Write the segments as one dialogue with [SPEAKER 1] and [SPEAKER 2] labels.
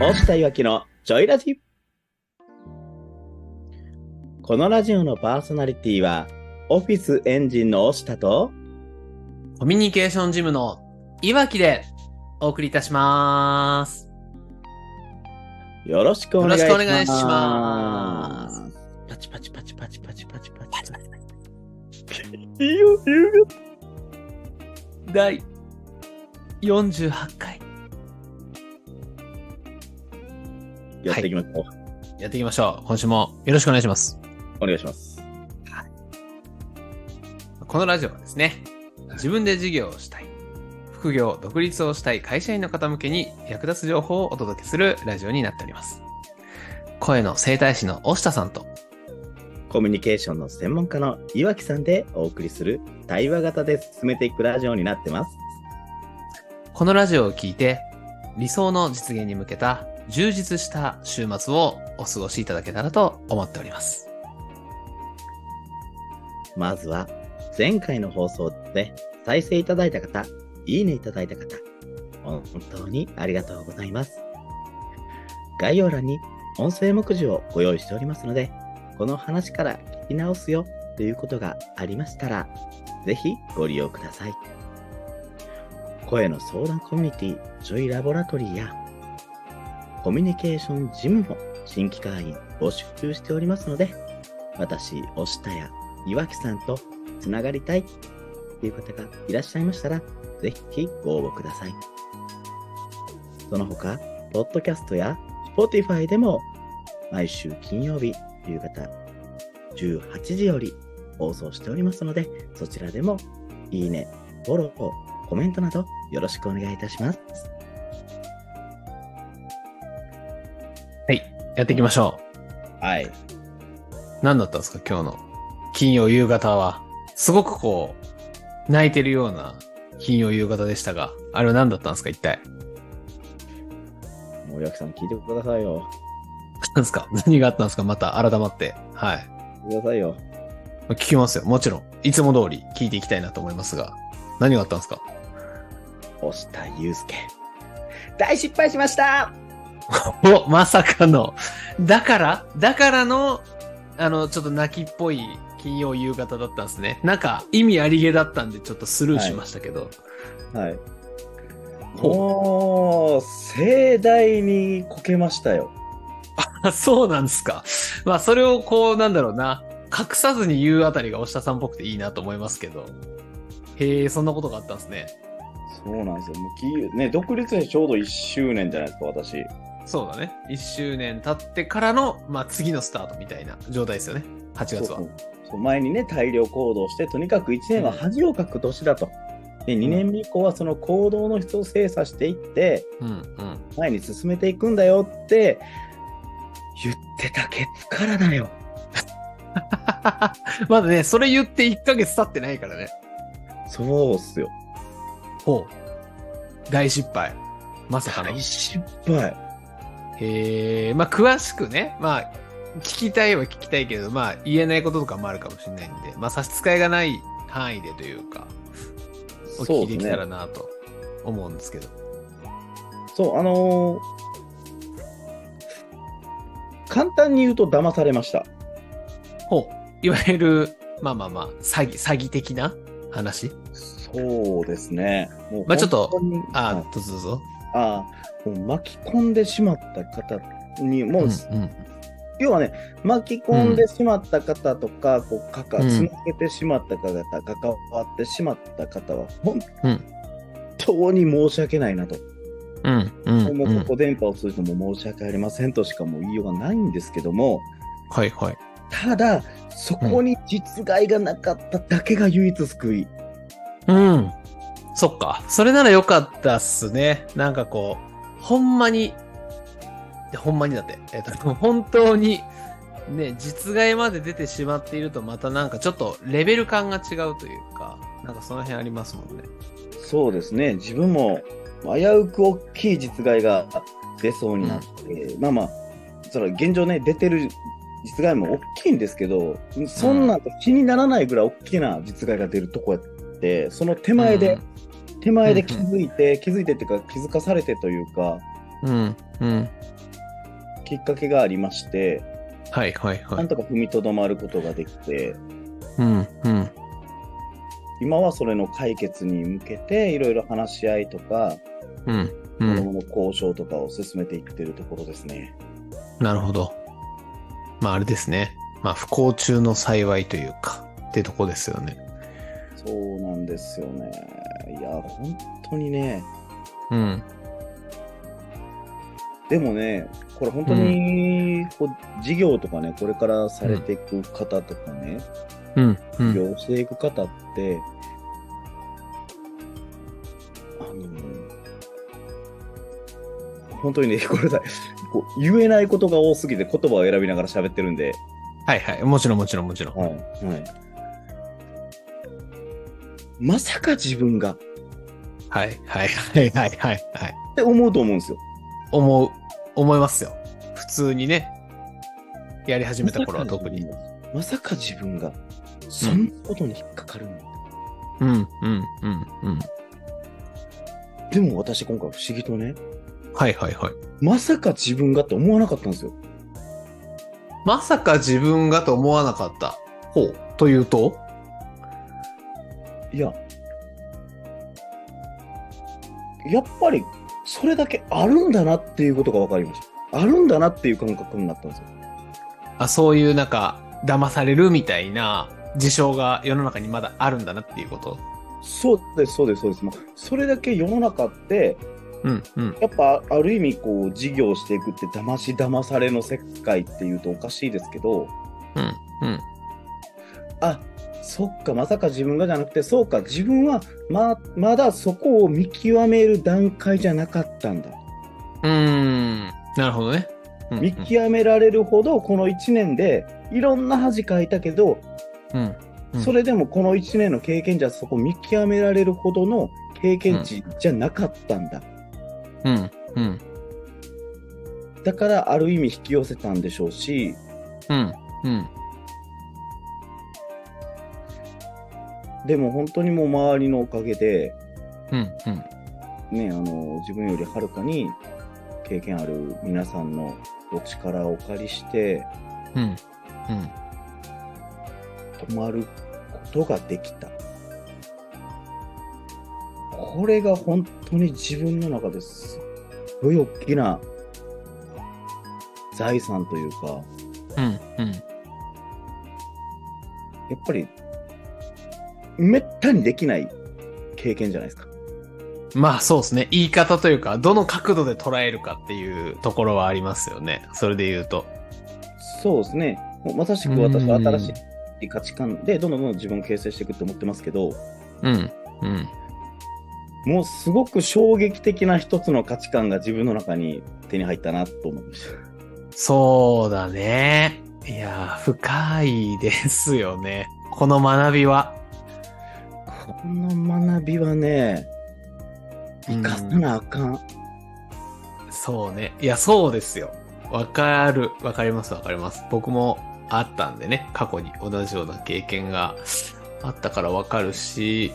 [SPEAKER 1] 大下いわきのジョイラジこのラジオのパーソナリティはオフィスエンジンの大下と
[SPEAKER 2] コミュニケーションジムのいわきでお送りいたします。
[SPEAKER 1] よろしくお願いします
[SPEAKER 2] よろしくお願いしますパチパチパチパチパチパチパチパチ。
[SPEAKER 1] いいよ優
[SPEAKER 2] 第48回。
[SPEAKER 1] 雅 やっていきましょう、
[SPEAKER 2] やっていきましょう。今週もよろしくお願いします。
[SPEAKER 1] お願いします
[SPEAKER 2] このラジオはですね、自分で事業をしたい、副業、独立をしたい会社員の方向けに役立つ情報をお届けするラジオになっております。声の整体師の押下さんと
[SPEAKER 1] コミュニケーションの専門家のいわきさんでお送りする対話型で進めていくラジオになってます
[SPEAKER 2] このラジオを聞いて、理想の実現に向けた充実した週末をお過ごしいただけたらと思っております。
[SPEAKER 1] まずは前回の放送で再生いただいた方、いいねいただいた方、本当にありがとうございます。概要欄に音声目次をご用意しておりますので、この話から聞き直すよということがありましたら、ぜひご利用ください。声の相談コミュニティ、ジョイラボラトリーや、コミュニケーションジムも新規会員募集しておりますので、私、押下や岩木さんとつながりたいという方がいらっしゃいましたら、ぜひご応募ください。その他、ポッドキャストや Spotify でも毎週金曜日夕方18時より放送しておりますので、そちらでもいいね、フォロー、コメントなどよろしくお願いいたします。
[SPEAKER 2] はい。やっていきましょ
[SPEAKER 1] はい。
[SPEAKER 2] う。何だったんですか今日の金曜夕方は。すごくこう、泣いてるような金曜夕方でしたが、あれは何だったんですか一体。
[SPEAKER 1] もう岩木さん聞いてくださいよ。
[SPEAKER 2] 何ですか何があったんですかまた改まって。はい。
[SPEAKER 1] 聞いてくださいよ。
[SPEAKER 2] 聞きますよ。もちろん。いつも通り聞いていきたいなと思いますが。何があったんですか
[SPEAKER 1] 押田祐介。大失敗しました
[SPEAKER 2] お、まさかの。だからだからの、あの、ちょっと泣きっぽい金曜夕方だったんですね。なんか、意味ありげだったんで、ちょっとスルーしましたけど。
[SPEAKER 1] はい。
[SPEAKER 2] お
[SPEAKER 1] もう、盛大にこけましたよ。
[SPEAKER 2] あ そうなんですか。まあ、それをこう、なんだろうな。隠さずに言うあたりが押田さんっぽくていいなと思いますけど。へえ、そんなことがあったんですね。
[SPEAKER 1] そうなんですよ。もうき、ね、独立でちょうど1周年じゃないですか、私。
[SPEAKER 2] そうだね。1周年経ってからの、まあ、次のスタートみたいな状態ですよね。8月は。
[SPEAKER 1] そうそうそう前にね、大量行動して、とにかく1年は恥をかく年だと。で、2年目以降はその行動の質を精査していって、
[SPEAKER 2] うんうん。
[SPEAKER 1] 前に進めていくんだよって、言ってた結果からだよ。
[SPEAKER 2] まだね、それ言って1ヶ月経ってないからね。
[SPEAKER 1] そうっすよ。
[SPEAKER 2] ほう。大失敗。まさかの
[SPEAKER 1] 大。失敗。
[SPEAKER 2] へえ、まあ、詳しくね、まあ、聞きたいは聞きたいけど、まあ、言えないこととかもあるかもしれないんで、まあ、差し支えがない範囲でというか、お聞きできたらなと思うんですけど。
[SPEAKER 1] そう、あのー簡単に言うと騙されました。
[SPEAKER 2] ほう。いわゆる、まあまあまあ、詐欺、詐欺的な話
[SPEAKER 1] そうですね。もう
[SPEAKER 2] まあちょっと
[SPEAKER 1] 本当に、
[SPEAKER 2] ああ、
[SPEAKER 1] はい
[SPEAKER 2] どうぞどうぞ。
[SPEAKER 1] ああ、もう巻き込んでしまった方に、もう、
[SPEAKER 2] うんうん
[SPEAKER 1] 要はね、巻き込んでしまった方とか、こう、かか、
[SPEAKER 2] うん
[SPEAKER 1] つなげてしまった方、関わってしまった方は、本
[SPEAKER 2] うん
[SPEAKER 1] 当に申し訳ないなと。
[SPEAKER 2] うんうん
[SPEAKER 1] も
[SPEAKER 2] う
[SPEAKER 1] うこ
[SPEAKER 2] ん。
[SPEAKER 1] こ電波を通じても申し訳ありませんとしかもう言いようがないんですけども、
[SPEAKER 2] はいはい。
[SPEAKER 1] ただ、そこに実害がなかっただけが唯一救い。
[SPEAKER 2] うん。そっか。それなら良かったっすね。なんかこう、ほんまに、でほんまにだって、えっ、と、 本当に、ね、実害まで出てしまっていると、またなんかちょっとレベル感が違うというか、なんかその辺ありますもんね。
[SPEAKER 1] そうですね、自分も危うく大きい実害が出そうになって、まあまあ、それは現状ね、出てる実害も大きいんですけど、そんなんと気にならないぐらい大きな実害が出るとこやって、その手前で、手前で気づいて、気づいてっていうか、気づかされてというか、
[SPEAKER 2] うん、うん。
[SPEAKER 1] きっかけがありまして、
[SPEAKER 2] はい、はい、は
[SPEAKER 1] ないん。とか踏みとどまることができて、
[SPEAKER 2] うん、うん。
[SPEAKER 1] 今はそれの解決に向けて、いろいろ話し合いとか、
[SPEAKER 2] うん、う
[SPEAKER 1] 子
[SPEAKER 2] ん。
[SPEAKER 1] 供の交渉とかを進めていってるところですね。
[SPEAKER 2] なるほど。まあ、あれですね。まあ、不幸中の幸いというか、ってとこですよね。
[SPEAKER 1] そうなんですよね。いや、本当にね、
[SPEAKER 2] うん、
[SPEAKER 1] でもね、これ本当に、こう事業とかね、これからされていく方とかね、
[SPEAKER 2] うん、う
[SPEAKER 1] 起
[SPEAKER 2] ん。
[SPEAKER 1] 業していく方って、あの、本当にね、ご めんなさい。こう言えないことが多すぎて言葉を選びながら喋ってるんで、
[SPEAKER 2] はい、はい。もちろん、もちろん、もちろん。
[SPEAKER 1] はい、はい。まさか自分がっ
[SPEAKER 2] はい、はい、はい、はい、はい。はい
[SPEAKER 1] て思うと思うんですよ。
[SPEAKER 2] 思う、思いますよ。普通にね、やり始めた頃は特に。。
[SPEAKER 1] まさか自分が、そんなことに引っかかるの、
[SPEAKER 2] うん、うん、うん、うん。
[SPEAKER 1] でも私今回不思議とね、
[SPEAKER 2] はい、はい、はい。
[SPEAKER 1] まさか自分がって思わなかったんですよ。
[SPEAKER 2] まさか自分がと思わなかった。ほう。というと
[SPEAKER 1] いや、やっぱりそれだけあるんだなっていうことが分かりました。あるんだなっていう感覚になったんですよ。
[SPEAKER 2] あ、そういうなんか、騙されるみたいな事象が世の中にまだあるんだなっていうこと。
[SPEAKER 1] そうです、そうです、そうです。もうそれだけ世の中って、
[SPEAKER 2] うん、うん。
[SPEAKER 1] やっぱある意味こう事業していくって騙し騙されの世界っていうとおかしいですけど、
[SPEAKER 2] うん、うん。
[SPEAKER 1] あそっか、まさか自分がじゃなくて、そうか、自分はままだそこを見極める段階じゃなかったんだ。
[SPEAKER 2] うーん。なるほどね。うん、
[SPEAKER 1] 見極められるほど、この1年でいろんな恥かいたけど、
[SPEAKER 2] うん。うん
[SPEAKER 1] それでもこの1年の経験じゃそこ見極められるほどの経験値じゃなかったんだ。
[SPEAKER 2] うん、うん、
[SPEAKER 1] だからある意味引き寄せたんでしょうし、
[SPEAKER 2] うん、うん。
[SPEAKER 1] でも本当にもう周りのおかげで、
[SPEAKER 2] うん、うん。
[SPEAKER 1] ね、あの自分よりはるかに経験ある皆さんのお力をお借りして
[SPEAKER 2] うん、うん。
[SPEAKER 1] 止まることができた。これが本当に自分の中ですっごい大きな財産というか、
[SPEAKER 2] うん、うん。
[SPEAKER 1] やっぱり、めったにできない経験じゃないですか。
[SPEAKER 2] まあそうですね。言い方というか、どの角度で捉えるかっていうところはありますよね。それで言うと。
[SPEAKER 1] そうですね。もうまさしく私は新しい価値観で、どんどんどんどん自分を形成していくと思ってますけど、
[SPEAKER 2] うん、うん。
[SPEAKER 1] もうすごく衝撃的な一つの価値観が自分の中に手に入ったなと思いまし
[SPEAKER 2] そうだね。いやー、深いですよね。この学びは。
[SPEAKER 1] た。この学びはね、生かさなあかん。
[SPEAKER 2] そうね。いや、そうですよ。わかる。わかります、わかります。僕もあったんでね。過去に同じような経験があったからわかるし。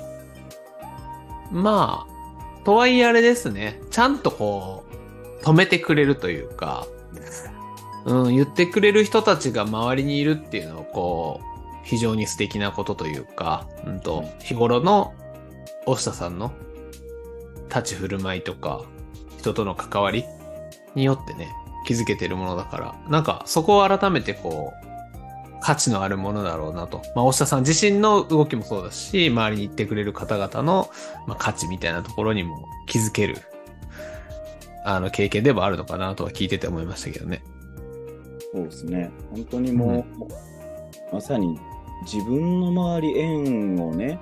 [SPEAKER 2] まあ、とはいえあれですね。ちゃんとこう、止めてくれるというか、うん、言ってくれる人たちが周りにいるっていうのをこう、非常に素敵なことというか、うんと、日頃の、押下さんの立ち振る舞いとか、人との関わりによってね、気づけてるものだから、なんかそこを改めてこう、価値のあるものだろうなと。まあ、押下さん自身の動きもそうだし、周りに行ってくれる方々の、まあ、価値みたいなところにも気づける、あの、経験ではあるのかなとは聞いてて思いましたけどね。
[SPEAKER 1] そうですね。本当にもう、まさに自分の周り、縁をね、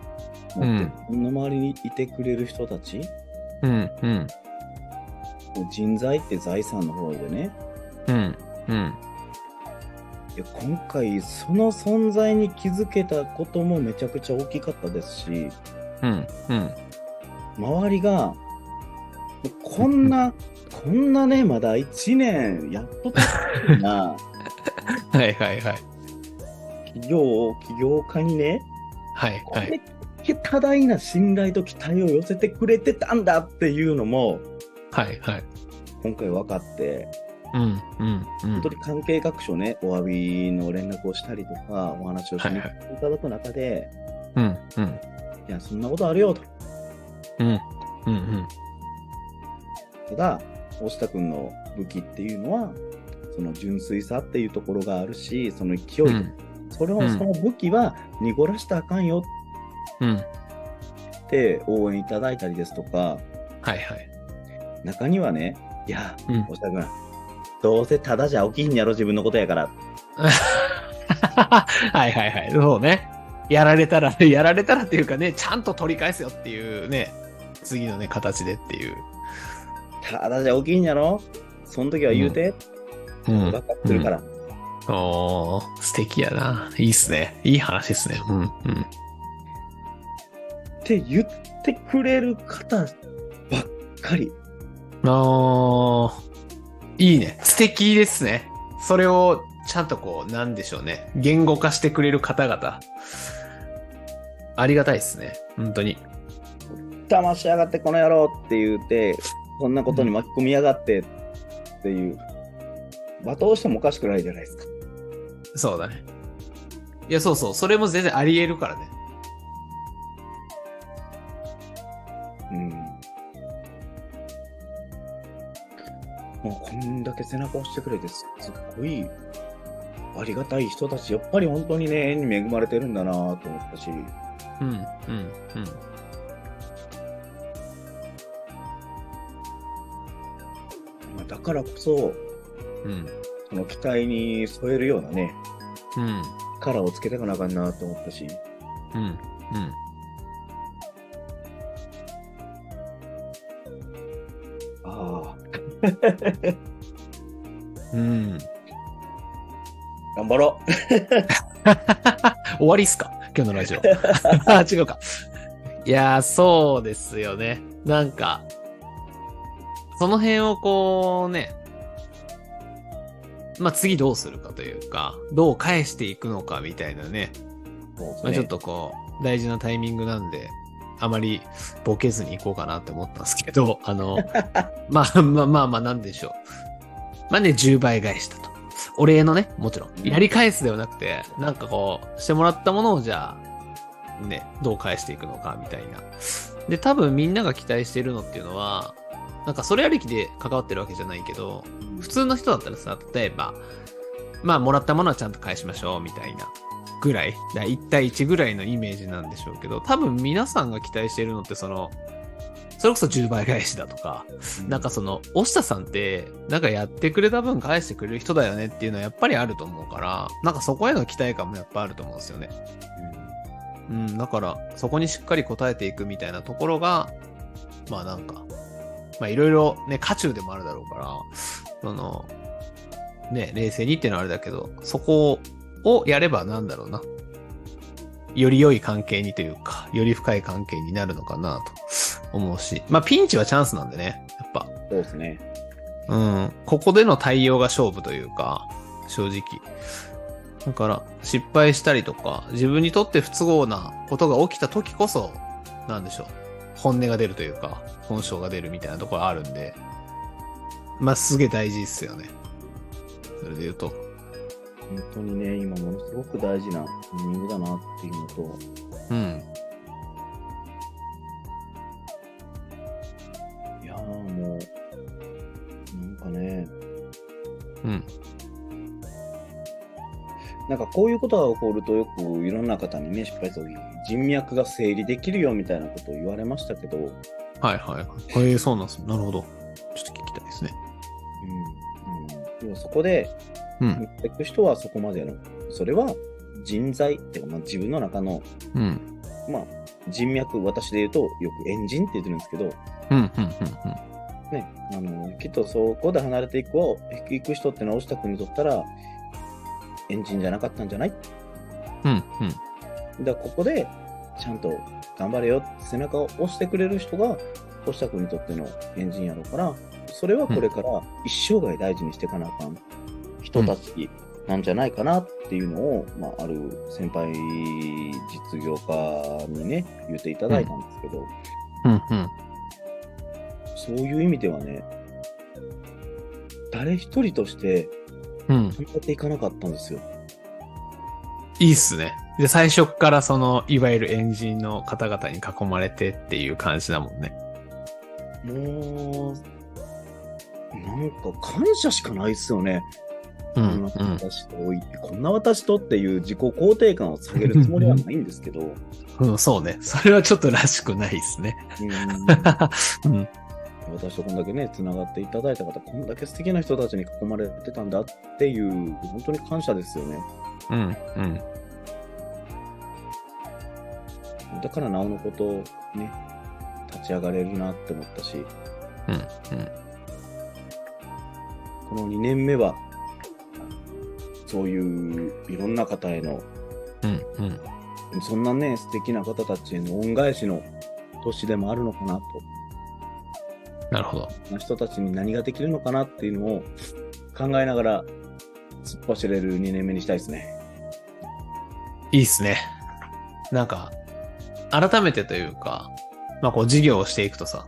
[SPEAKER 1] 持って自分の周りにいてくれる人たち、
[SPEAKER 2] うん、うん、
[SPEAKER 1] もう人材って財産の方でね、
[SPEAKER 2] うん、うん、
[SPEAKER 1] いや今回その存在に気づけたこともめちゃくちゃ大きかったですし
[SPEAKER 2] うん、うん、
[SPEAKER 1] 周りがこんなこんなねまだ1年やっとたよう な
[SPEAKER 2] はいはいはい。
[SPEAKER 1] 企業起業家にね
[SPEAKER 2] はい
[SPEAKER 1] こ
[SPEAKER 2] は
[SPEAKER 1] れ
[SPEAKER 2] い。
[SPEAKER 1] だけ多大な信頼と期待を寄せてくれてたんだっていうのも
[SPEAKER 2] はいはい。
[SPEAKER 1] 今回分かって、
[SPEAKER 2] うん、うん、うん。
[SPEAKER 1] 本当に関係各所ね、お詫びの連絡をしたりとか、お話をしに来ていただく中で、
[SPEAKER 2] うん、うん、
[SPEAKER 1] いや、そんなことあるよと。
[SPEAKER 2] うん、うん、うん。
[SPEAKER 1] ただ、大下君の武器っていうのは、その純粋さっていうところがあるし、その勢い、
[SPEAKER 2] うん、
[SPEAKER 1] それ
[SPEAKER 2] う
[SPEAKER 1] を、
[SPEAKER 2] ん
[SPEAKER 1] その武器は濁らしたらあかんよ
[SPEAKER 2] うん。
[SPEAKER 1] って応援いただいたりですとか、
[SPEAKER 2] はいはい。
[SPEAKER 1] 中にはね、いや、
[SPEAKER 2] うん
[SPEAKER 1] 大下君、どうせただじゃ起きひんやろ、自分のことやから。
[SPEAKER 2] はいはいはい。そうね。やられたら、 やられたらっていうかね、ちゃんと取り返すよっていうね、次のね、形でっていう。
[SPEAKER 1] ただじゃ起きひんやろその時は言うて、
[SPEAKER 2] う
[SPEAKER 1] 分
[SPEAKER 2] ん。
[SPEAKER 1] かってるから。
[SPEAKER 2] おー素敵やな。いいっすね。いい話ですね。うん、う
[SPEAKER 1] っ
[SPEAKER 2] ん。
[SPEAKER 1] て言ってくれる方ばっかり。
[SPEAKER 2] あーいいね。素敵ですね。それを、ちゃんとこう、なんでしょうね。言語化してくれる方々。ありがたいですね。本当に。
[SPEAKER 1] 騙しやがってこの野郎って言うて、こんなことに巻き込みやがってっていう、罵倒してもおかしくないじゃないですか。
[SPEAKER 2] そうだね。いや、そうそう。それも全然あり得るからね。
[SPEAKER 1] うん。もうこんだけ背中押してくれて、すすっごいありがたい人たち、やっぱり本当にね、縁に恵まれてるんだなと思ったし、
[SPEAKER 2] うん、うん、うん。
[SPEAKER 1] まあだからこそ、
[SPEAKER 2] うん。
[SPEAKER 1] その期待に添えるようなね、
[SPEAKER 2] うん。
[SPEAKER 1] カラーをつけたくなあかんなと思ったし、
[SPEAKER 2] うん。うん。
[SPEAKER 1] ああ、
[SPEAKER 2] うん。
[SPEAKER 1] 頑張ろう
[SPEAKER 2] 終わりっすか今日のラジオ。あ、違うか。いやー、そうですよね。なんか、その辺をこうね、まあ次どうするかというか、どう返していくのかみたいなね、まあ、ちょっとこう、大事なタイミングなんで、あまりボケずに行こうかなって思ったんですけど、 あの、まあまあまあまあ、なんでしょう。まあね、10倍返したと。お礼のね、もちろん。やり返すではなくて、なんかこう、してもらったものをじゃあ、ね、どう返していくのか、みたいな。で、多分みんなが期待しているのっていうのは、なんかそれありきで関わってるわけじゃないけど、普通の人だったらさ、例えば、まあ、もらったものはちゃんと返しましょう、みたいな。ぐらい、だ1対1ぐらいのイメージなんでしょうけど、多分皆さんが期待してるのって、その、それこそ10倍返しだとか、なんかその、押下さんって、なんかやってくれた分返してくれる人だよねっていうのはやっぱりあると思うから、なんかそこへの期待感もやっぱあると思うんですよね。うん、だから、そこにしっかり応えていくみたいなところが、まあなんか、まあいろいろね、渦中でもあるだろうから、その、ね、冷静にっていうのはあれだけど、そこをやればなんだろうな。より良い関係にというか、より深い関係になるのかなと思うし、まあピンチはチャンスなんでね、やっぱ。
[SPEAKER 1] そうですね。
[SPEAKER 2] うん、ここでの対応が勝負というか、正直。だから、失敗したりとか、自分にとって不都合なことが起きた時こそ、なんでしょう。本音が出るというか、本性が出るみたいなところあるんで、まあ、すげえ大事ですよね。それで言うと。
[SPEAKER 1] 本当にね、今ものすごく大事なタイミングだなっていうのと、
[SPEAKER 2] うん。
[SPEAKER 1] いやーもう、なんかね、
[SPEAKER 2] うん。
[SPEAKER 1] なんかこういうことが起こるとよくいろんな方にね、失敗する時に人脈が整理できるよみたいなことを言われましたけど、うん、
[SPEAKER 2] はいはいはい。えー、そうなんです。なるほど。ちょっと聞きたいですね。
[SPEAKER 1] うん、でもそこで
[SPEAKER 2] うん。
[SPEAKER 1] 持っていく人はそこまでの、それは人材っていうか、まあ、自分の中の、
[SPEAKER 2] うん。
[SPEAKER 1] まあ、人脈、私で言うとよくエンジンって言ってるんですけど、
[SPEAKER 2] うん、うん、うん、
[SPEAKER 1] ね、あのきっとそこで離れていくを行く人ってのは押田君にとったらエンジンじゃなかったんじゃない
[SPEAKER 2] うん。うん、うん。
[SPEAKER 1] だからここでちゃんと頑張れよって背中を押してくれる人が押田君にとってのエンジンやろうからそれはこれから一生涯大事にしていかなあかん人たちなんじゃないかなっていうのを、まあ、ある先輩実業家にね言っていただいたんですけど、
[SPEAKER 2] うん、うん。
[SPEAKER 1] そういう意味ではね、誰一人として
[SPEAKER 2] うん。
[SPEAKER 1] 考えていかなかったんですよ。
[SPEAKER 2] いいっすね。で、最初っからその、いわゆるエンジンの方々に囲まれてっていう感じだもんね。
[SPEAKER 1] もう、なんか感謝しかないですよね。
[SPEAKER 2] う
[SPEAKER 1] こ
[SPEAKER 2] ん
[SPEAKER 1] ん。な
[SPEAKER 2] うん。
[SPEAKER 1] 私と置いて、こんな私とっていう自己肯定感を下げるつもりはないんですけ ど、うん
[SPEAKER 2] うん、そうね。それはちょっとらしくないですね。うん。
[SPEAKER 1] 私とこんだけね、つながっていただいた方、こんだけ素敵な人たちに囲まれてたんだっていう、本当に感謝ですよね。
[SPEAKER 2] うん。うん。
[SPEAKER 1] だからなおのこと、ね、立ち上がれるなって思ったし、
[SPEAKER 2] うん。
[SPEAKER 1] この2年目は、そういういろんな方への、
[SPEAKER 2] うん。うん。
[SPEAKER 1] そんなね、素敵な方たちへの恩返しの年でもあるのかなと、
[SPEAKER 2] なるほど。
[SPEAKER 1] そんな人たちに何ができるのかなっていうのを考えながら突っ走れる2年目にしたいですね。
[SPEAKER 2] いいっすね。なんか、改めてというか、まあこう事業をしていくとさ、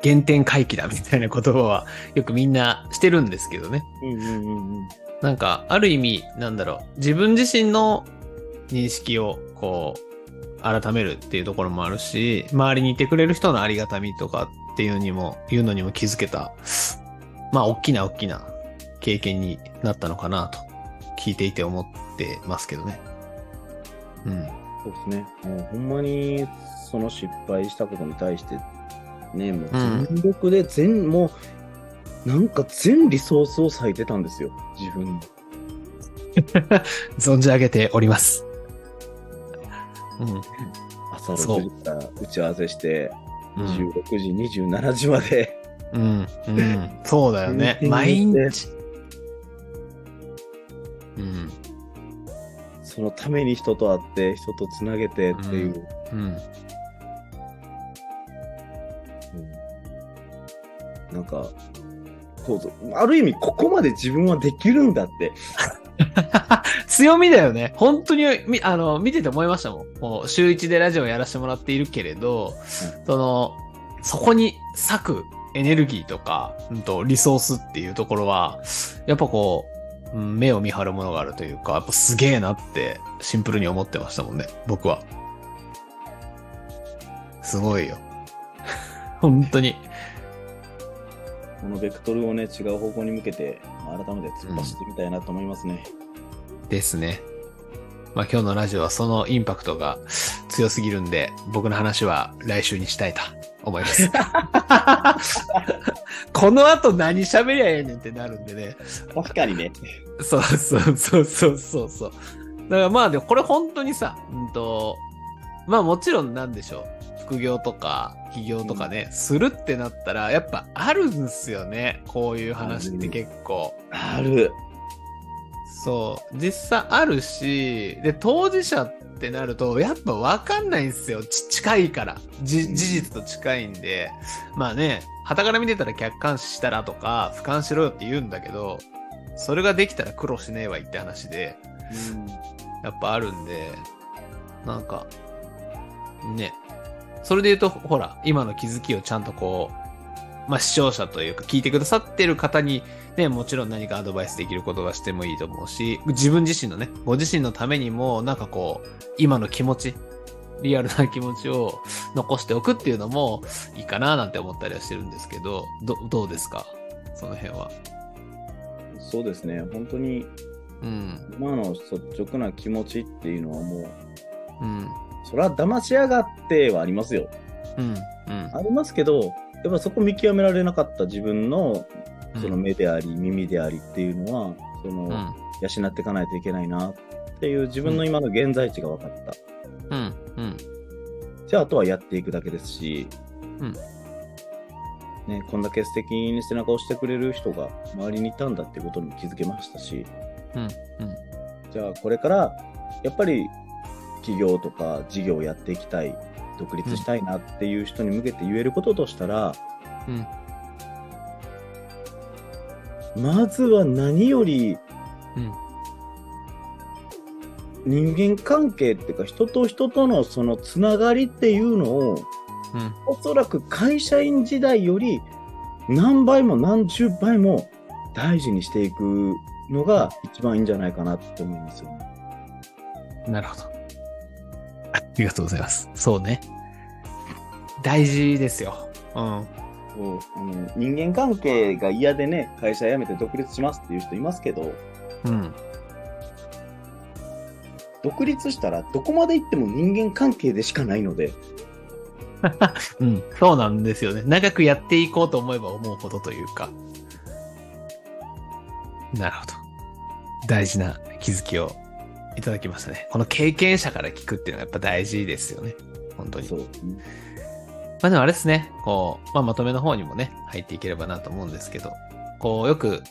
[SPEAKER 2] 原点回帰だみたいな言葉はよくみんなしてるんですけどね。
[SPEAKER 1] うんうんうんうん。
[SPEAKER 2] なんか、ある意味、なんだろう、自分自身の認識をこう、改めるっていうところもあるし、周りにいてくれる人のありがたみとかっていうにも、いうのにも気づけた、まあ、大きな大きな経験になったのかなと、聞いていて思ってますけどね。うん。
[SPEAKER 1] そうですね。もうほんまにその失敗したことに対して、ね、もう
[SPEAKER 2] うん
[SPEAKER 1] 全力で全、もう、なんか全リソースを割いてたんですよ、自分の。
[SPEAKER 2] 存じ上げております。うん。
[SPEAKER 1] 朝
[SPEAKER 2] そう
[SPEAKER 1] 6時から打ち合わせして、
[SPEAKER 2] うん。
[SPEAKER 1] 16時、27時まで、
[SPEAKER 2] うん。うん、そうだよね。毎日。うん。
[SPEAKER 1] そのために人と会って、人とつなげてっていう、
[SPEAKER 2] うん。
[SPEAKER 1] うんなんか、こうある意味、ここまで自分はできるんだって、
[SPEAKER 2] 強みだよね。本当に、みあの、見てて思いましたもん。こう週一でラジオをやらせてもらっているけれど、その、そこに割くエネルギーとか、うんと、リソースっていうところは、やっぱこう、うん目を見張るものがあるというか、やっぱすげえなって、シンプルに思ってましたもんね。僕は。すごいよ。本当に。
[SPEAKER 1] このベクトルをね、違う方向に向けて、まあ改めて突っ走ってみたいなと思いますね。
[SPEAKER 2] ですね。まあ今日のラジオはそのインパクトが強すぎるんで、僕の話は来週にしたいと思います。 この後何喋りゃええねんってなるんでね。
[SPEAKER 1] 確かにね。
[SPEAKER 2] そうそうそうそうそうそう。だからまあでもこれ本当にさ、うんと、まあもちろんなんでしょう。副業とか起業とかね、するってなったらやっぱあるんですよね。こういう話って結構。
[SPEAKER 1] ある。
[SPEAKER 2] そう。実際あるし、で、当事者ってなると、やっぱ分かんないんですよ。ち近いから。じ事実と近いんで。まあね、傍から見てたら客観視したらとか、俯瞰しろよって言うんだけど、それができたら苦労しねえわいって話で、やっぱあるんで、なんか、ね。それで言うと、ほら、今の気づきをちゃんとこう、まあ視聴者というか聞いてくださってる方に、ね、もちろん何かアドバイスできることがしてもいいと思うし、自分自身のね、ご自身のためにも、なんかこう、今の気持ち、リアルな気持ちを残しておくっていうのもいいかななんて思ったりはしてるんですけど、ど、どうですかその辺は。
[SPEAKER 1] そうですね、本当に
[SPEAKER 2] うん、
[SPEAKER 1] 今の率直な気持ちっていうのはもう、
[SPEAKER 2] うん、
[SPEAKER 1] それは騙しやがってはありますよ。
[SPEAKER 2] うん、うん
[SPEAKER 1] ありますけど、やっぱそこ見極められなかった自分のその目であり、耳でありっていうのは、その、
[SPEAKER 2] うん、
[SPEAKER 1] 養っていかないといけないなっていう自分の今の現在地が分かった。
[SPEAKER 2] うん、うん、
[SPEAKER 1] じゃあ、あとはやっていくだけですし、
[SPEAKER 2] うん
[SPEAKER 1] ね、こんだけ素敵に背中を押してくれる人が周りにいたんだってことに気づけましたし、
[SPEAKER 2] うん、
[SPEAKER 1] じゃあこれからやっぱり企業とか事業をやっていきたい独立したいなっていう人に向けて言えることとしたら、
[SPEAKER 2] うん
[SPEAKER 1] まずは何より
[SPEAKER 2] うん
[SPEAKER 1] 人間関係っていうか人と人とのそのつながりっていうのを
[SPEAKER 2] うん。
[SPEAKER 1] おそらく会社員時代より何倍も何十倍も大事にしていくのが一番いいんじゃないかなって思いますよね。
[SPEAKER 2] なるほど。ありがとうございます。そうね。大事ですよ。うん。
[SPEAKER 1] そうあの人間関係が嫌でね、会社辞めて独立しますっていう人いますけど、
[SPEAKER 2] うん。
[SPEAKER 1] 独立したらどこまで行っても人間関係でしかないので、
[SPEAKER 2] うん。そうなんですよね。長くやっていこうと思えば思うことというか。なるほど。大事な気づきをいただきましたね。この経験者から聞くっていうのはやっぱ大事ですよね。本当に。
[SPEAKER 1] そう、
[SPEAKER 2] まあでもあれですね、こう、まあまとめの方にもね、入っていければなと思うんですけど、こう、よく、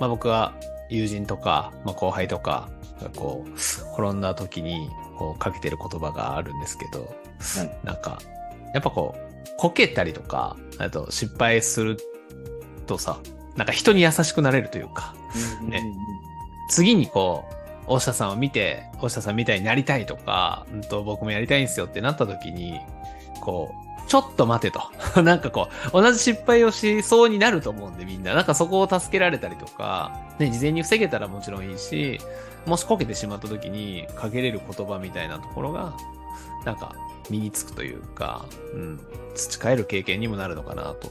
[SPEAKER 2] まあ僕は友人とか、まあ後輩とかがこう、転んだ時に、こう、かけてる言葉があるんですけど、
[SPEAKER 1] い
[SPEAKER 2] なんか、やっぱこう、こけたりとか、あと失敗するとさ、なんか人に優しくなれるというか、ね次にこう、大下さんを見て、大下さんみたいになりたいとか、うんと、僕もやりたいんですよってなった時に、こう、ちょっと待てと。 なんかこう、同じ失敗をしそうになると思うんでみんな。なんかそこを助けられたりとか、ね、事前に防げたらもちろんいいし、もしこけてしまった時にかけれる言葉みたいなところが、なんか身につくというか、うん、培える経験にもなるのかなと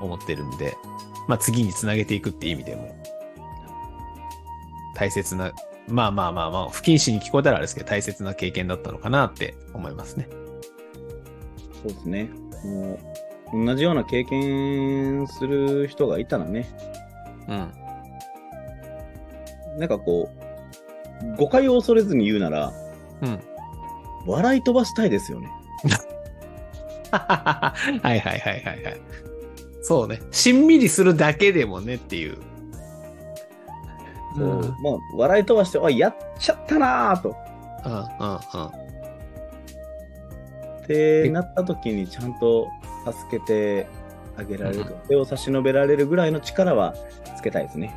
[SPEAKER 2] 思ってるんで、まあ次につなげていくっていう意味でも、大切な、まあまあまあまあ、不謹慎に聞こえたらあれですけど、大切な経験だったのかなって思いますね。
[SPEAKER 1] そうですね。もう同じような経験する人がいたらね、
[SPEAKER 2] うん。
[SPEAKER 1] なんかこう、誤解を恐れずに言うなら、
[SPEAKER 2] うん。
[SPEAKER 1] 笑い飛ばしたいですよね。
[SPEAKER 2] はいはいはいはいはい。そうね。しんみりするだけでもねっていう。
[SPEAKER 1] そう
[SPEAKER 2] うんうんうん
[SPEAKER 1] まあ、笑い飛ばして、あ、やっちゃったなーと。ってなった時にちゃんと助けてあげられると、手を差し伸べられるぐらいの力はつけたいですね。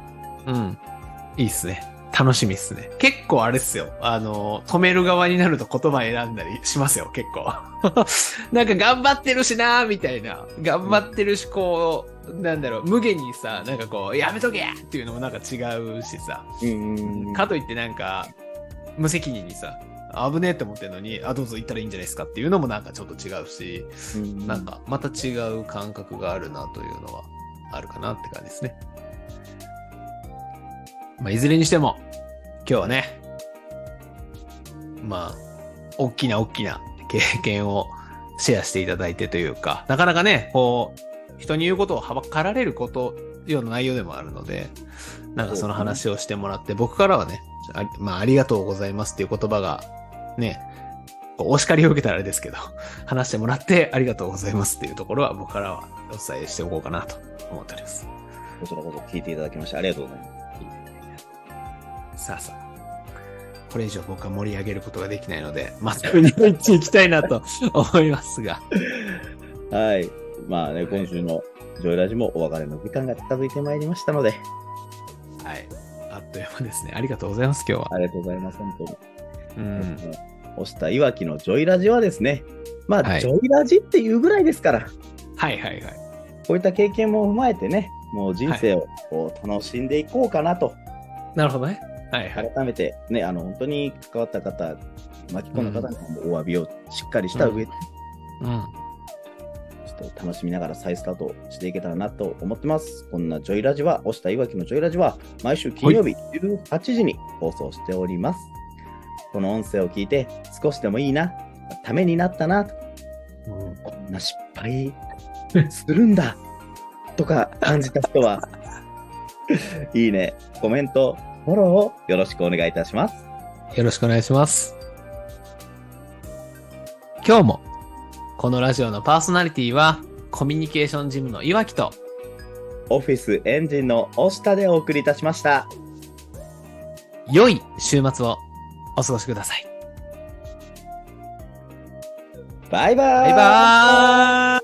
[SPEAKER 2] うん。うん。いいっすね。楽しみっすね。結構あれっすよ。あの、止める側になると言葉選んだりしますよ、結構。 なんか頑張ってるしなーみたいな。頑張ってるし、こう、なんだろう、無限にさ、なんかこう、やめとけっていうのもなんか違うしさ。
[SPEAKER 1] うん
[SPEAKER 2] かといってなんか、無責任にさ、危ねえって思ってるのに、あ、どうぞ行ったらいいんじゃないですかっていうのもなんかちょっと違うし、なんかまた違う感覚があるなというのはあるかなって感じですね。まあ、いずれにしても、今日はね、まあ、大きな大きな経験をシェアしていただいてというか、なかなかね、こう、人に言うことをはばかられること、ような内容でもあるので、なんかその話をしてもらって、僕からはね、あまあ、ありがとうございますっていう言葉が、ね、こうお叱りを受けたらあれですけど、話してもらってありがとうございますっていうところは僕からはお伝えしておこうかなと思っております。
[SPEAKER 1] こちらこそ聞いていただきましてありがとうございます。
[SPEAKER 2] さあさあ。これ以上僕は盛り上げることができないので、またうにをいっていきたいなと思いますが。
[SPEAKER 1] はい。まあね、今週のジョイラジもお別れの時間が近づいてまいりましたので、
[SPEAKER 2] はい。あっという間ですね。ありがとうございます、今日は。
[SPEAKER 1] ありがとうございます、本当に。
[SPEAKER 2] うん。
[SPEAKER 1] 押したいわきのジョイラジはですね、まあ、
[SPEAKER 2] はい
[SPEAKER 1] ジョイラジっていうぐらいですから、
[SPEAKER 2] はいはいはい。
[SPEAKER 1] こういった経験も踏まえてね、もう人生をこう楽しんでいこうかなと
[SPEAKER 2] なるほどね。はいはい。
[SPEAKER 1] 改めて、ね、あの本当に関わった方、巻き込んだ方にもお詫びをしっかりした上で、
[SPEAKER 2] うん。
[SPEAKER 1] ちょっと楽しみながら再スタートしていけたらなと思ってます。こんなジョイラジは、押したいわきのジョイラジは、毎週金曜日18時に放送しております。この音声を聞いて、少しでもいいな、ためになったな、こんな失敗するんだとか感じた人は、 いいね、コメント、フォローをよろしくお願いいたします。
[SPEAKER 2] よろしくお願いします。今日も、このラジオのパーソナリティは、コミュニケーションジムのいわきと、
[SPEAKER 1] オフィスエンジンの押下でお送りいたしました。
[SPEAKER 2] 良い週末をお過ごしください。
[SPEAKER 1] バイバー
[SPEAKER 2] バイバーイ